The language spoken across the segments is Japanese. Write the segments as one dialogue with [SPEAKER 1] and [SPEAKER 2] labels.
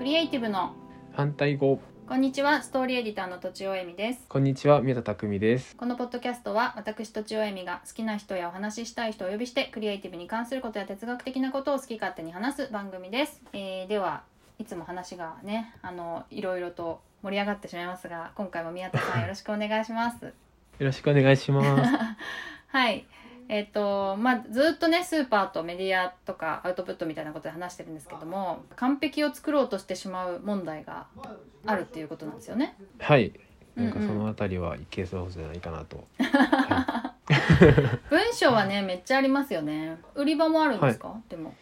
[SPEAKER 1] イティブの
[SPEAKER 2] 反対語
[SPEAKER 1] こんにちはストーリーエディターのとちおえみです
[SPEAKER 2] こんにちは宮田拓実です
[SPEAKER 1] このポッドキャストは私とちおえみが好きな人やお話ししたい人をお呼びしてクリエイティブに関することや哲学的なことを好き勝手に話す番組です、えーではいつも話がねあのいろいろと盛り上がってしまいますが今回も宮田さんよろしくお願いします
[SPEAKER 2] よろしくお願い します
[SPEAKER 1] はいえっ、とまあずっとねスーパーとメディアとかアウトプットみたいなことで話してるんですけども完璧を作ろうとしてしまう問題があるっていうことなんですよね
[SPEAKER 2] はいなんか
[SPEAKER 1] うんう
[SPEAKER 2] そ
[SPEAKER 1] ん
[SPEAKER 2] のあたりはいけそうじゃないかなと、
[SPEAKER 1] 文章はねめっちゃありますよね売り場もあるんですか、でも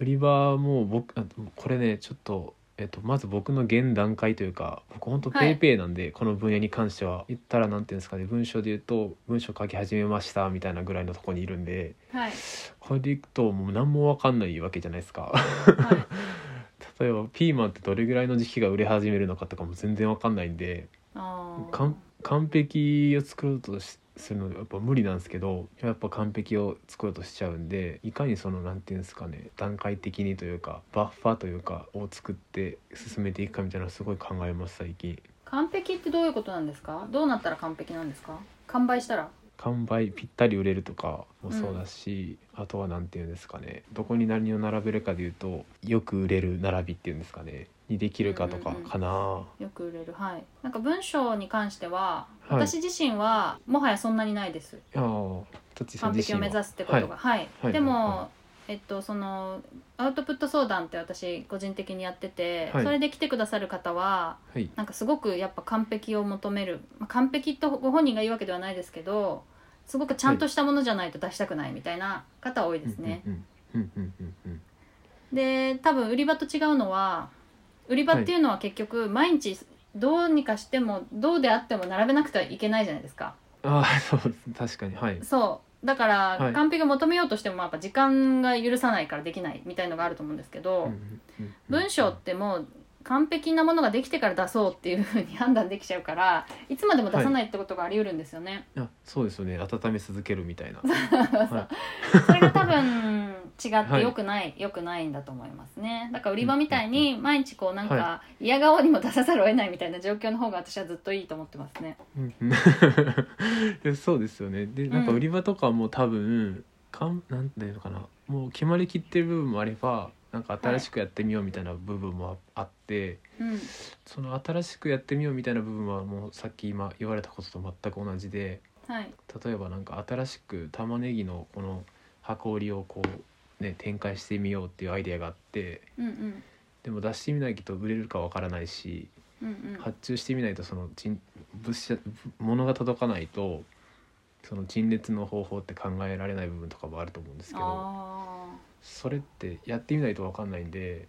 [SPEAKER 2] 売り場も僕あこれねちょっとえっと、まず僕の現段階というか僕ほんと
[SPEAKER 1] は
[SPEAKER 2] ペ
[SPEAKER 1] い
[SPEAKER 2] イペイなんで、この分野に関しては言ったらなんていうんですかね文章で言うと文章書き始めましたみたいなぐらいのとこにいるんで
[SPEAKER 1] はい、
[SPEAKER 2] これでいくともう何もわかんないわけじゃないですか
[SPEAKER 1] は
[SPEAKER 2] 例えばピーマンってどれぐらいの時期が売れ始めるのかとかも全然わかんないんで
[SPEAKER 1] あー
[SPEAKER 2] 完完璧を作ろうとしするのやっぱ無理なんですけどやっぱ完璧を作ろうとしちゃうんでいかにそのなんていうんですかね段階的にというかバッファーというかを作って進めていくかみたいなのすごい考えます最近
[SPEAKER 1] 完璧ってどういうことなんですかどうなったら完璧なんですか完売したら
[SPEAKER 2] 完売ぴったり売れるとかもそうだし、あとはなんていうんですかねどこに何を並べるかでいうとよく売れる並びっていうんですかねにできるかとかかな、
[SPEAKER 1] よく売れるはいなんか文章に関しては、
[SPEAKER 2] はい
[SPEAKER 1] 私自身はもはやそんなにないです
[SPEAKER 2] いやーとっちさん
[SPEAKER 1] 完
[SPEAKER 2] 自
[SPEAKER 1] 璧を
[SPEAKER 2] 身は
[SPEAKER 1] 目指すってことがはい、
[SPEAKER 2] はい
[SPEAKER 1] でも、
[SPEAKER 2] は
[SPEAKER 1] えっと、そのアウトプット相談って私個人的にやってて、
[SPEAKER 2] はい
[SPEAKER 1] それで来てくださる方は
[SPEAKER 2] はい
[SPEAKER 1] なんかすごくやっぱ完璧を求める、まあ、完璧とご本人が言うわけではないですけどすごくちゃんとしたものじゃないと出したくないみたいな方多いですね。
[SPEAKER 2] うんうんうんうんうんうん
[SPEAKER 1] で多分売り場と違うのは売り場っていうのは結局毎日どうにかしてもどうであっても並べなくてはいけないじゃないですか。
[SPEAKER 2] ああそうです確かにはい
[SPEAKER 1] そうだから、
[SPEAKER 2] はい
[SPEAKER 1] 完璧を求めようとしてもやっぱ時間が許さないからできないみたいのがあると思うんですけど、文章ってもう完璧なものができてから出そうっていうふうに判断できちゃうからいつまでも出さないってことがあり得るんですよね。
[SPEAKER 2] あそうですよね温め続けるみたいなは
[SPEAKER 1] それが多分違っ
[SPEAKER 2] は
[SPEAKER 1] て
[SPEAKER 2] い
[SPEAKER 1] 良くない、良くないんだと思いますね。だから売り場みたいに毎日こうなん
[SPEAKER 2] は
[SPEAKER 1] か嫌顔にも出さざるを得ないみたいな状況の方が私はずっといいと思ってますね。
[SPEAKER 2] うんうんで そうですよねでなんか
[SPEAKER 1] うん
[SPEAKER 2] 売り場とかも多分かんなんていうのかなもう決まりきってる部分もあればなんか新しくやってみようみたいな部分もああって、
[SPEAKER 1] うん、
[SPEAKER 2] その新しくやってみようみたいな部分はもうさっき今言われたことと全く同じで
[SPEAKER 1] はい、
[SPEAKER 2] 例えばなんか新しく玉ねぎのこの箱織りをこうね展開してみようっていうアイデアがあって
[SPEAKER 1] うんうん、
[SPEAKER 2] でも出してみないと売れるかわからないし
[SPEAKER 1] うんうん、
[SPEAKER 2] 発注してみないとその陳物資物が届かないとその陳列の方法って考えられない部分とかもあると思うんですけど
[SPEAKER 1] あ
[SPEAKER 2] それってやってみないと分かんないんで、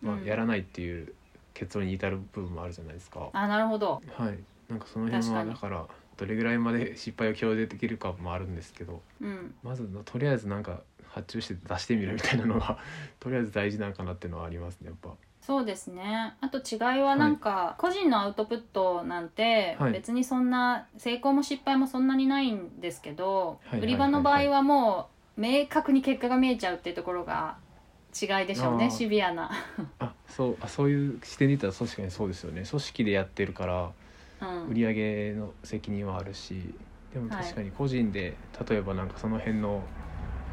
[SPEAKER 2] ま
[SPEAKER 1] う
[SPEAKER 2] あ、
[SPEAKER 1] ん
[SPEAKER 2] やらないっていう結論に至る部分もあるじゃないですか。
[SPEAKER 1] あ、あなるほど。
[SPEAKER 2] はい、なんかその辺
[SPEAKER 1] 確か
[SPEAKER 2] は
[SPEAKER 1] に
[SPEAKER 2] だからどれぐらいまで失敗を共有できるかもあるんですけど
[SPEAKER 1] うん、
[SPEAKER 2] まずのとりあえずなんか発注して出してみるみたいなのがとりあえず大事なんかなっていうのはありますねやっぱ。
[SPEAKER 1] そうですねあと違いはなんか個人のアウトプットなんて
[SPEAKER 2] はい
[SPEAKER 1] 別にそんな成功も失敗もそんなにないんですけど
[SPEAKER 2] はいはいはいはい
[SPEAKER 1] 売り場の場合はもう明確に結果が見えちゃうっていうところが違いでしょう
[SPEAKER 2] あ
[SPEAKER 1] ね
[SPEAKER 2] ー
[SPEAKER 1] シビアな、
[SPEAKER 2] あそうあそういう視点で言ったら確かにそうですよね組織でやってるから
[SPEAKER 1] うん、
[SPEAKER 2] 売り上げの責任はあるしでも
[SPEAKER 1] はい
[SPEAKER 2] 確かに個人で、例えばなんかその辺の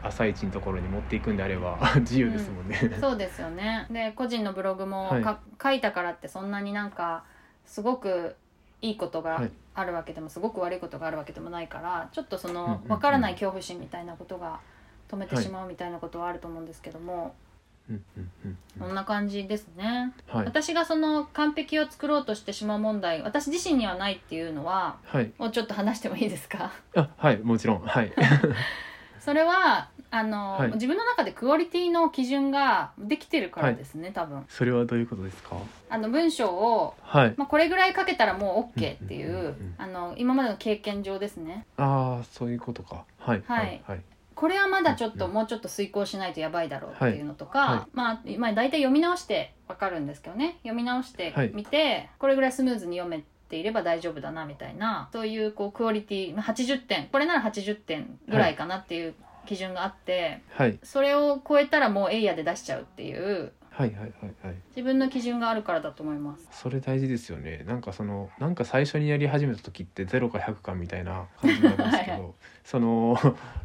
[SPEAKER 2] 朝一のところに持っていくんであれ ば自由ですもんね、
[SPEAKER 1] そうですよねで個人のブログも
[SPEAKER 2] はい
[SPEAKER 1] か書いたからってそんなになんかすごくいいこと
[SPEAKER 2] は
[SPEAKER 1] が
[SPEAKER 2] い
[SPEAKER 1] あるわけでも、すごく悪いことがあるわけでもないからちょっとそ
[SPEAKER 2] うん
[SPEAKER 1] の
[SPEAKER 2] うんうん
[SPEAKER 1] 分からない恐怖心みたいなことが止めて
[SPEAKER 2] はい
[SPEAKER 1] しまうみたいなことはあると思うんですけども、
[SPEAKER 2] うんうんうんうん
[SPEAKER 1] そんな感じですね、
[SPEAKER 2] はい
[SPEAKER 1] 私がその完璧を作ろうとしてしまう問題私自身にはないっていうのは
[SPEAKER 2] はい
[SPEAKER 1] もうちょっと話してもいいですか
[SPEAKER 2] あはいもちろんはい、
[SPEAKER 1] それはあの、
[SPEAKER 2] はい
[SPEAKER 1] 自分の中でクオリティの基準ができてるからですね、多分
[SPEAKER 2] それはどういうことですか
[SPEAKER 1] あの文章を
[SPEAKER 2] はい
[SPEAKER 1] まあ、これぐらいかけたらもう OK っていう,、
[SPEAKER 2] うんうんうんうん
[SPEAKER 1] あの今までの経験上ですね
[SPEAKER 2] ああそういうことかはい
[SPEAKER 1] は
[SPEAKER 2] はいいはい
[SPEAKER 1] これはまだちょっと
[SPEAKER 2] うん
[SPEAKER 1] もうちょっと遂行しないとやばいだろうって
[SPEAKER 2] はい
[SPEAKER 1] いうのとか、
[SPEAKER 2] は
[SPEAKER 1] まあ、まあ大体読み直してわかるんですけどね読み直してみて、これぐらいスムーズに読めていれば大丈夫だなみたいなそういうこうクオリティまあ80点これなら80点ぐらいかなっていう基準があって、
[SPEAKER 2] はい
[SPEAKER 1] それを超えたらもうエイヤで出しちゃうっていう
[SPEAKER 2] はいはいはいはい
[SPEAKER 1] 自分の基準があるからだと思います
[SPEAKER 2] それ大事ですよねなんかそのなんか最初にやり始めた時って0か100かみたいな感じになるんですけど
[SPEAKER 1] はい
[SPEAKER 2] その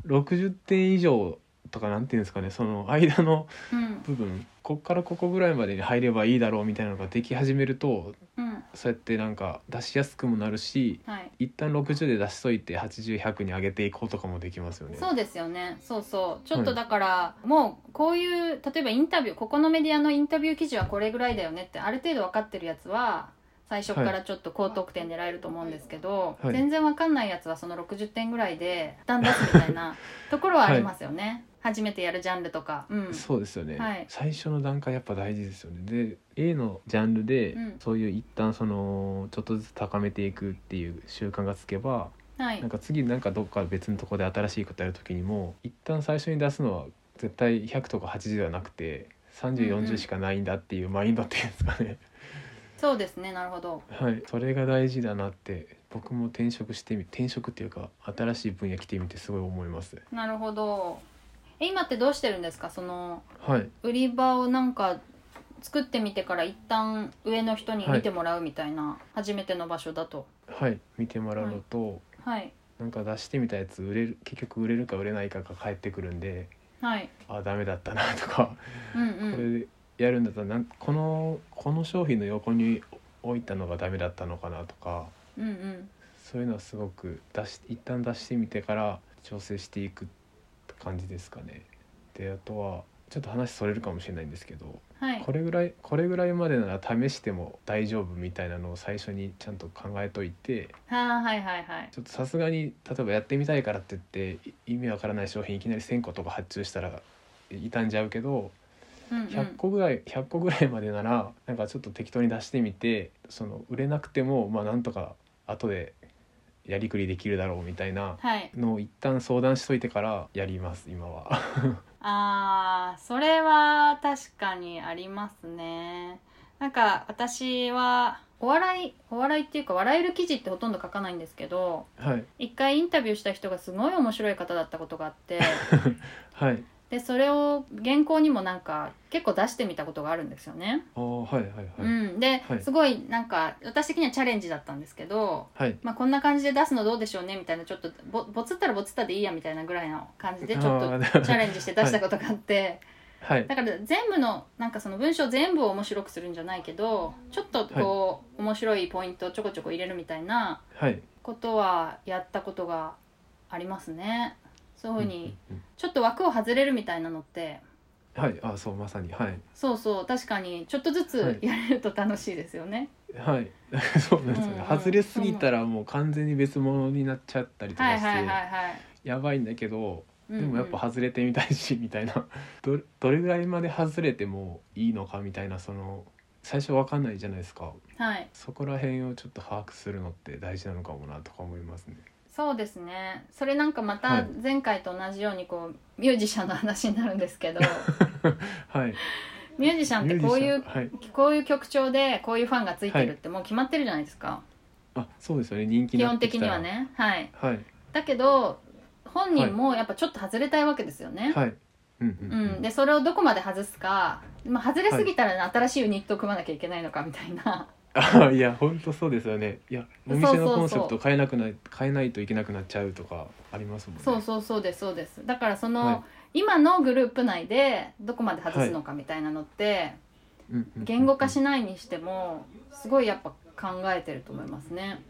[SPEAKER 2] 60点以上とかなんていうんですかねその間の
[SPEAKER 1] うん
[SPEAKER 2] 部分こっからここぐらいまでに入ればいいだろうみたいなのができ始めると
[SPEAKER 1] うん
[SPEAKER 2] そうやってなんか出しやすくもなるし
[SPEAKER 1] はい
[SPEAKER 2] 一旦60で出しといて80100に上げていこうとかもできますよね。
[SPEAKER 1] そうですよねそうそうちょっ
[SPEAKER 2] は
[SPEAKER 1] と
[SPEAKER 2] い
[SPEAKER 1] だから、もうこういう例えばインタビューここのメディアのインタビュー記事はこれぐらいだよねってある程度分かってるやつは最初からちょっと高得点狙えると思うんですけど、
[SPEAKER 2] はい
[SPEAKER 1] 全然分かんないやつはその60点ぐらいで一旦出すみたい なところはありますよね、初めてやるジャンルとか。うん
[SPEAKER 2] そうですよね、
[SPEAKER 1] はい
[SPEAKER 2] 最初の段階やっぱ大事ですよねで A のジャンルで、
[SPEAKER 1] うん
[SPEAKER 2] そういう一旦そのちょっとずつ高めていくっていう習慣がつけば
[SPEAKER 1] はい
[SPEAKER 2] なんか次なんかどっか別のとこで新しいことやる時にも一旦最初に出すのは絶対100とか80ではなくて
[SPEAKER 1] うんうん
[SPEAKER 2] 3040しかないんだっていうマインドっていうんですかね、
[SPEAKER 1] そうですねなるほど
[SPEAKER 2] はいそれが大事だなって僕も転職してみ転職っていうか新しい分野来てみてすごい思います
[SPEAKER 1] なるほどえ今ってどうしてるんですかその
[SPEAKER 2] はい
[SPEAKER 1] 売り場をなんか作ってみてから一旦上の人に見てもらうみたいな、初めての場所だと
[SPEAKER 2] はい見てもらうのと、
[SPEAKER 1] はい
[SPEAKER 2] なんか出してみたやつ売れる結局売れるか売れないかが返ってくるんで
[SPEAKER 1] はい
[SPEAKER 2] あダメだったなとか、
[SPEAKER 1] うん
[SPEAKER 2] こ
[SPEAKER 1] うん
[SPEAKER 2] れでやるんだったらなんこのこの商品の横に置いたのがダメだったのかなとか
[SPEAKER 1] うんうん
[SPEAKER 2] そういうのはすごく出し一旦出してみてから調整していく感じですかね。であとはちょっと話それるかもしれないんですけど
[SPEAKER 1] はい
[SPEAKER 2] これぐらいこれぐらいまでなら試しても大丈夫みたいなのを最初にちゃんと考えといて
[SPEAKER 1] はあはいはいはい
[SPEAKER 2] ちょっとさすがに例えばやってみたいからって言ってい意味わからない商品いきなり1,000個とか発注したら傷んじゃうけど
[SPEAKER 1] うんうん
[SPEAKER 2] 100個ぐらい100個ぐらいまでならなんかちょっと適当に出してみてその売れなくてもまあなんとか後でやりくりできるだろうみたいな
[SPEAKER 1] はい
[SPEAKER 2] のを一旦相談しといてからやります今は。
[SPEAKER 1] あーそれは確かにありますねなんか私はお笑いお笑いっていうか笑える記事ってほとんど書かないんですけど
[SPEAKER 2] はい
[SPEAKER 1] 一回インタビューした人がすごい面白い方だったことがあって
[SPEAKER 2] はい
[SPEAKER 1] でそれを原稿にもなんか結構出してみたことがあるんですよね。
[SPEAKER 2] あーはいはいは
[SPEAKER 1] う
[SPEAKER 2] い、
[SPEAKER 1] ん、で、
[SPEAKER 2] はい
[SPEAKER 1] すごいなんか私的にはチャレンジだったんですけど、
[SPEAKER 2] はい
[SPEAKER 1] まあ、こんな感じで出すのどうでしょうねみたいなちょっとぼぼつったらぼつったでいいやみたいなぐらいの感じでちょっ
[SPEAKER 2] あ
[SPEAKER 1] と
[SPEAKER 2] ー
[SPEAKER 1] チャレンジして出したことがあって、
[SPEAKER 2] はい
[SPEAKER 1] だから全部のなんかその文章全部を面白くするんじゃないけどちょっとこう、面白いポイントをちょこちょこ入れるみたいな
[SPEAKER 2] はい
[SPEAKER 1] ことはやったことがありますね。そういうふうに、
[SPEAKER 2] うんうん
[SPEAKER 1] ちょっと枠を外れるみたいなのって
[SPEAKER 2] うんはいあーそうまさにはい
[SPEAKER 1] そうそう確かにちょっとずつやれると楽しいですよね、
[SPEAKER 2] はい そうなんですよね、
[SPEAKER 1] うんうん
[SPEAKER 2] 外れすぎたらもう完全に別物になっちゃったりと
[SPEAKER 1] は
[SPEAKER 2] か
[SPEAKER 1] い、
[SPEAKER 2] して、
[SPEAKER 1] はいはいはい
[SPEAKER 2] やばいんだけど
[SPEAKER 1] うん
[SPEAKER 2] で
[SPEAKER 1] うん
[SPEAKER 2] もやっぱ外れてみたいし、みたいな どどれぐらいまで外れてもいいのかみたいなその最初わかんないじゃないですか
[SPEAKER 1] はい
[SPEAKER 2] そこら辺をちょっと把握するのって大事なのかもなとか思いますね。
[SPEAKER 1] そうですねそれなんかま
[SPEAKER 2] は
[SPEAKER 1] た
[SPEAKER 2] い
[SPEAKER 1] 前回と同じようにこうミュージシャンの話になるんですけ ど
[SPEAKER 2] はい、
[SPEAKER 1] ミュージシャンってこういう
[SPEAKER 2] ミュージシャンはい、
[SPEAKER 1] こういう曲調でこういうファンがついてるってもう決まってるじゃないですか、
[SPEAKER 2] あそうですよね人気
[SPEAKER 1] 基
[SPEAKER 2] な
[SPEAKER 1] 本
[SPEAKER 2] ってき
[SPEAKER 1] 的
[SPEAKER 2] た
[SPEAKER 1] に
[SPEAKER 2] ら
[SPEAKER 1] はねはい
[SPEAKER 2] はい
[SPEAKER 1] だけど本人もやっぱちょっと外れたいわけですよね、
[SPEAKER 2] はいうんうん
[SPEAKER 1] うん、でそれをどこまで外すか、まあ、外れすぎたらね、新しいユニットを組まなきゃいけないのかみたいな
[SPEAKER 2] あいや本当そうですよねいやお
[SPEAKER 1] そう
[SPEAKER 2] 店
[SPEAKER 1] そう
[SPEAKER 2] の
[SPEAKER 1] そう
[SPEAKER 2] コンセプト変えなくな変えないといけなくなっちゃうとかありますもんね
[SPEAKER 1] そうそうそうですそうですだからその、
[SPEAKER 2] はい
[SPEAKER 1] 今のグループ内でどこまで外すのかみたいなのって、
[SPEAKER 2] うんうんうん
[SPEAKER 1] 言語化しないにしてもすごいやっぱ考えてると思いますね、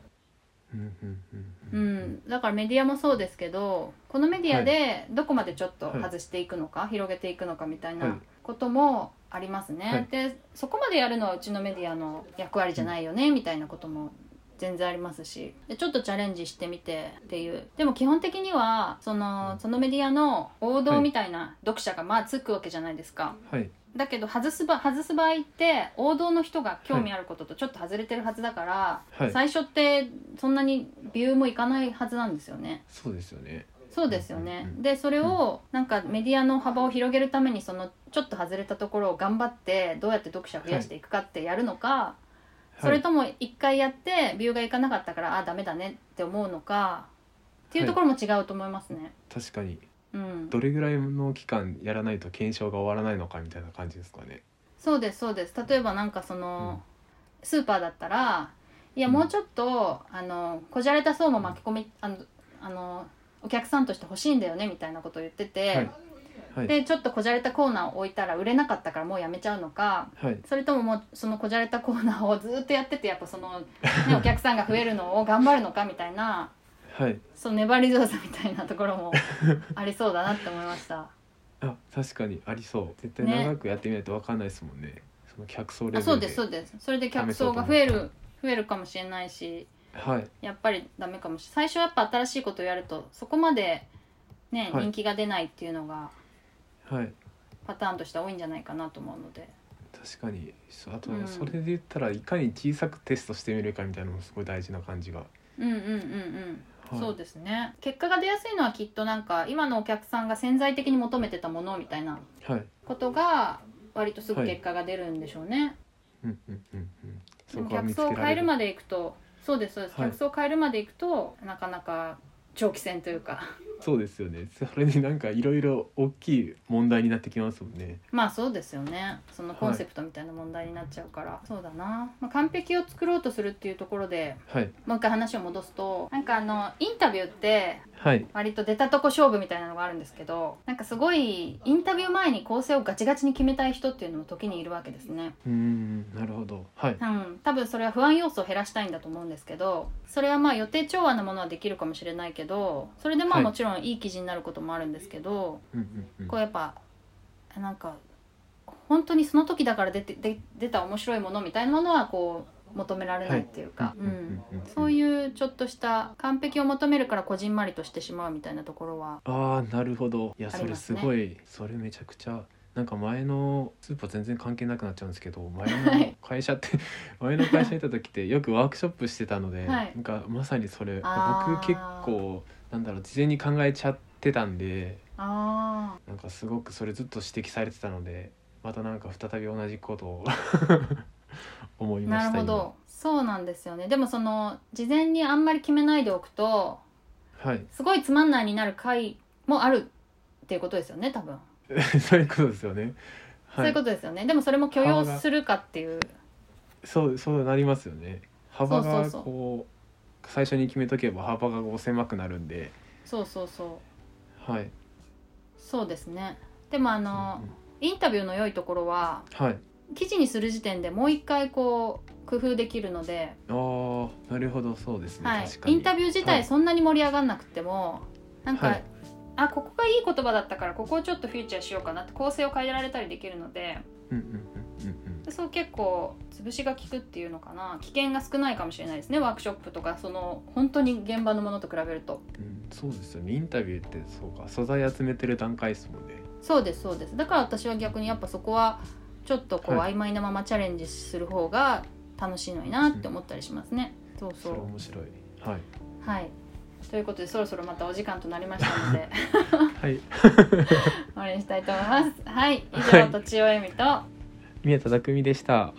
[SPEAKER 2] うんうん
[SPEAKER 1] う
[SPEAKER 2] うんうん
[SPEAKER 1] ん、だからメディアもそうですけどこのメディアでどこまでちょっと
[SPEAKER 2] はい
[SPEAKER 1] 外していくのか、広げていくのかみたい
[SPEAKER 2] はい
[SPEAKER 1] なこともありますね、
[SPEAKER 2] はい
[SPEAKER 1] でそこまでやるのはうちのメディアの役割じゃないよねみたいなことも全然ありますしでちょっとチャレンジしてみてっていうでも基本的にはそのそのメディアの王道みたいな読者がまあつくわけじゃないですか。
[SPEAKER 2] はい
[SPEAKER 1] だけど外す場外す場合って王道の人が興味あることとちょっと外れてるはずだから、
[SPEAKER 2] はい
[SPEAKER 1] 最初ってそんなにビューもいかないはずなんですよね。
[SPEAKER 2] そうですよね
[SPEAKER 1] そうですよね、
[SPEAKER 2] うんうんうん
[SPEAKER 1] でそれをなんかメディアの幅を広げるためにそのちょっと外れたところを頑張ってどうやって読者を増やしていくかってやるのか、それとも一回やってビューがいかなかったからあダメだねって思うのかっていうところも違うと思いますね。
[SPEAKER 2] 確かに
[SPEAKER 1] うん、
[SPEAKER 2] どれぐらいの期間やらないと検証が終わらないのかみたいな感じですかね
[SPEAKER 1] そうですそうです例えばなんかその、スーパーだったらいやもうちょっと、あのこじゃれた層も巻き込みあのあのお客さんとして欲しいんだよねみたいなことを言ってて、
[SPEAKER 2] はいはい
[SPEAKER 1] でちょっとこじゃれたコーナーを置いたら売れなかったからもうやめちゃうのか
[SPEAKER 2] はい
[SPEAKER 1] それとももうそのこじゃれたコーナーをずっとやっててやっぱそ の、ね、お客さんが増えるのを頑張るのかみたいな
[SPEAKER 2] はい
[SPEAKER 1] その粘り強さみたいなとこ ろもありそうだなって思いました。
[SPEAKER 2] あ確かにありそう絶対
[SPEAKER 1] ね
[SPEAKER 2] 長くやってみないと分かんないですもんねその客層レベ
[SPEAKER 1] あ
[SPEAKER 2] ルで
[SPEAKER 1] そうですそうですそれで客層が増える増えるかもしれないし
[SPEAKER 2] はい
[SPEAKER 1] やっぱりダメかもしれない最初はやっぱ新しいことをやるとそこまで、ね
[SPEAKER 2] はい
[SPEAKER 1] 人気が出ないっていうのが
[SPEAKER 2] はい
[SPEAKER 1] パターンとしては多いんじゃないかなと思うので
[SPEAKER 2] 確かにそうあと
[SPEAKER 1] うん
[SPEAKER 2] それで言ったらいかに小さくテストしてみるかみたいなのもすごい大事な感じが、は
[SPEAKER 1] うんうんうんうん、
[SPEAKER 2] い、
[SPEAKER 1] そうですね結果が出やすいのはきっとなんか今のお客さんが潜在的に求めてたものみたいな
[SPEAKER 2] はい
[SPEAKER 1] ことが割とすぐ結果が出るんでしょうね、
[SPEAKER 2] うんうんうんうん
[SPEAKER 1] で
[SPEAKER 2] そ
[SPEAKER 1] も
[SPEAKER 2] こは
[SPEAKER 1] 客
[SPEAKER 2] 見つ
[SPEAKER 1] 層を
[SPEAKER 2] けら
[SPEAKER 1] 変え
[SPEAKER 2] れ
[SPEAKER 1] る
[SPEAKER 2] る
[SPEAKER 1] までいくとそうですそうです、
[SPEAKER 2] はい
[SPEAKER 1] 客層を変えるまでいくとなかなか長期戦というか
[SPEAKER 2] そうですよねそれになんかいろいろ大きい問題になってきますもんね
[SPEAKER 1] まあそうですよねそのコンセプトみたいな問題になっちゃうから、そうだな、まあ、完璧を作ろうとするっていうところで
[SPEAKER 2] はい
[SPEAKER 1] もう一回話を戻すとなんかあのインタビューって
[SPEAKER 2] はい
[SPEAKER 1] 割と出たとこ勝負みたいなのがあるんですけどなんかすごいインタビュー前に構成をガチガチに決めたい人っていうのも時にいるわけですね。
[SPEAKER 2] うーんなるほどはい
[SPEAKER 1] うん、多分それは不安要素を減らしたいんだと思うんですけどそれはまあ予定調和なものはできるかもしれないけどそれでまあ
[SPEAKER 2] はい
[SPEAKER 1] もちろんいい記事になることもあるんですけど、
[SPEAKER 2] うんうんうん
[SPEAKER 1] こうやっぱなんか本当にその時だから出てで出た面白いものみたいなものはこう求められないっていうか、
[SPEAKER 2] うん
[SPEAKER 1] う
[SPEAKER 2] うんんうんうん
[SPEAKER 1] そういうちょっとした完璧を求めるからこじんまりとしてしまうみたいなところは
[SPEAKER 2] あーなるほどいや
[SPEAKER 1] あ
[SPEAKER 2] そ
[SPEAKER 1] り
[SPEAKER 2] れ
[SPEAKER 1] ます
[SPEAKER 2] す
[SPEAKER 1] ね
[SPEAKER 2] ごいそれめちゃくちゃなんか前のスーパー全然関係なくなっちゃうんですけど前
[SPEAKER 1] はい
[SPEAKER 2] の会社って 前の会社いた時ってよくワークショップしてたので、
[SPEAKER 1] はい
[SPEAKER 2] なんかまさにそれ
[SPEAKER 1] あー
[SPEAKER 2] 僕結構なんだろう事前に考えちゃってたんで
[SPEAKER 1] あ
[SPEAKER 2] なんかすごくそれずっと指摘されてたのでまたなんか再び同じことを 思いま
[SPEAKER 1] な
[SPEAKER 2] し
[SPEAKER 1] る
[SPEAKER 2] た
[SPEAKER 1] ほどそうなんですよねでもその事前にあんまり決めないでおくと
[SPEAKER 2] 今はい
[SPEAKER 1] すごいつまんないになる回もあるっていうことですよね多分、
[SPEAKER 2] そういうことですよねはい
[SPEAKER 1] そういうことですよねでもそれも許容するかっていう
[SPEAKER 2] そうそうなりますよね幅
[SPEAKER 1] そ
[SPEAKER 2] が
[SPEAKER 1] うそうそう
[SPEAKER 2] こう最初に決めとけば幅がこう狭くなるんで
[SPEAKER 1] そうそうそう
[SPEAKER 2] はい
[SPEAKER 1] そうですねでもあの、インタビューの良いところは
[SPEAKER 2] うんうんはい
[SPEAKER 1] 記事にする時点でもう一回こう工夫できるので、
[SPEAKER 2] ああなるほどそうですね、
[SPEAKER 1] はい
[SPEAKER 2] 確、かに
[SPEAKER 1] インタビュー自
[SPEAKER 2] は
[SPEAKER 1] 体
[SPEAKER 2] い
[SPEAKER 1] そんなに盛り上がんなくても、なんか、
[SPEAKER 2] はい
[SPEAKER 1] あここがいい言葉だったからここをちょっとフィーチャーしようかなって構成を変えられたりできるので
[SPEAKER 2] うんうんうんうんうん
[SPEAKER 1] そう結構潰しが効くっていうのかな危険が少ないかもしれないですねワークショップとかその本当に現場のものと比べると
[SPEAKER 2] うんそうですよねインタビューってそうか素材集めてる段階ですもんね
[SPEAKER 1] そうですそうですだから私は逆にやっぱそこはちょっとこう、
[SPEAKER 2] は
[SPEAKER 1] 曖昧なままチャレンジする方が楽しいのになって思ったりしますね、そうそ
[SPEAKER 2] そうれ面白いはい
[SPEAKER 1] はいということでそろそろまたお時間となりましたので
[SPEAKER 2] はい
[SPEAKER 1] 終わりにしたいと思いますはい以
[SPEAKER 2] は
[SPEAKER 1] 上
[SPEAKER 2] い
[SPEAKER 1] とちおえみと
[SPEAKER 2] 宮田匠でした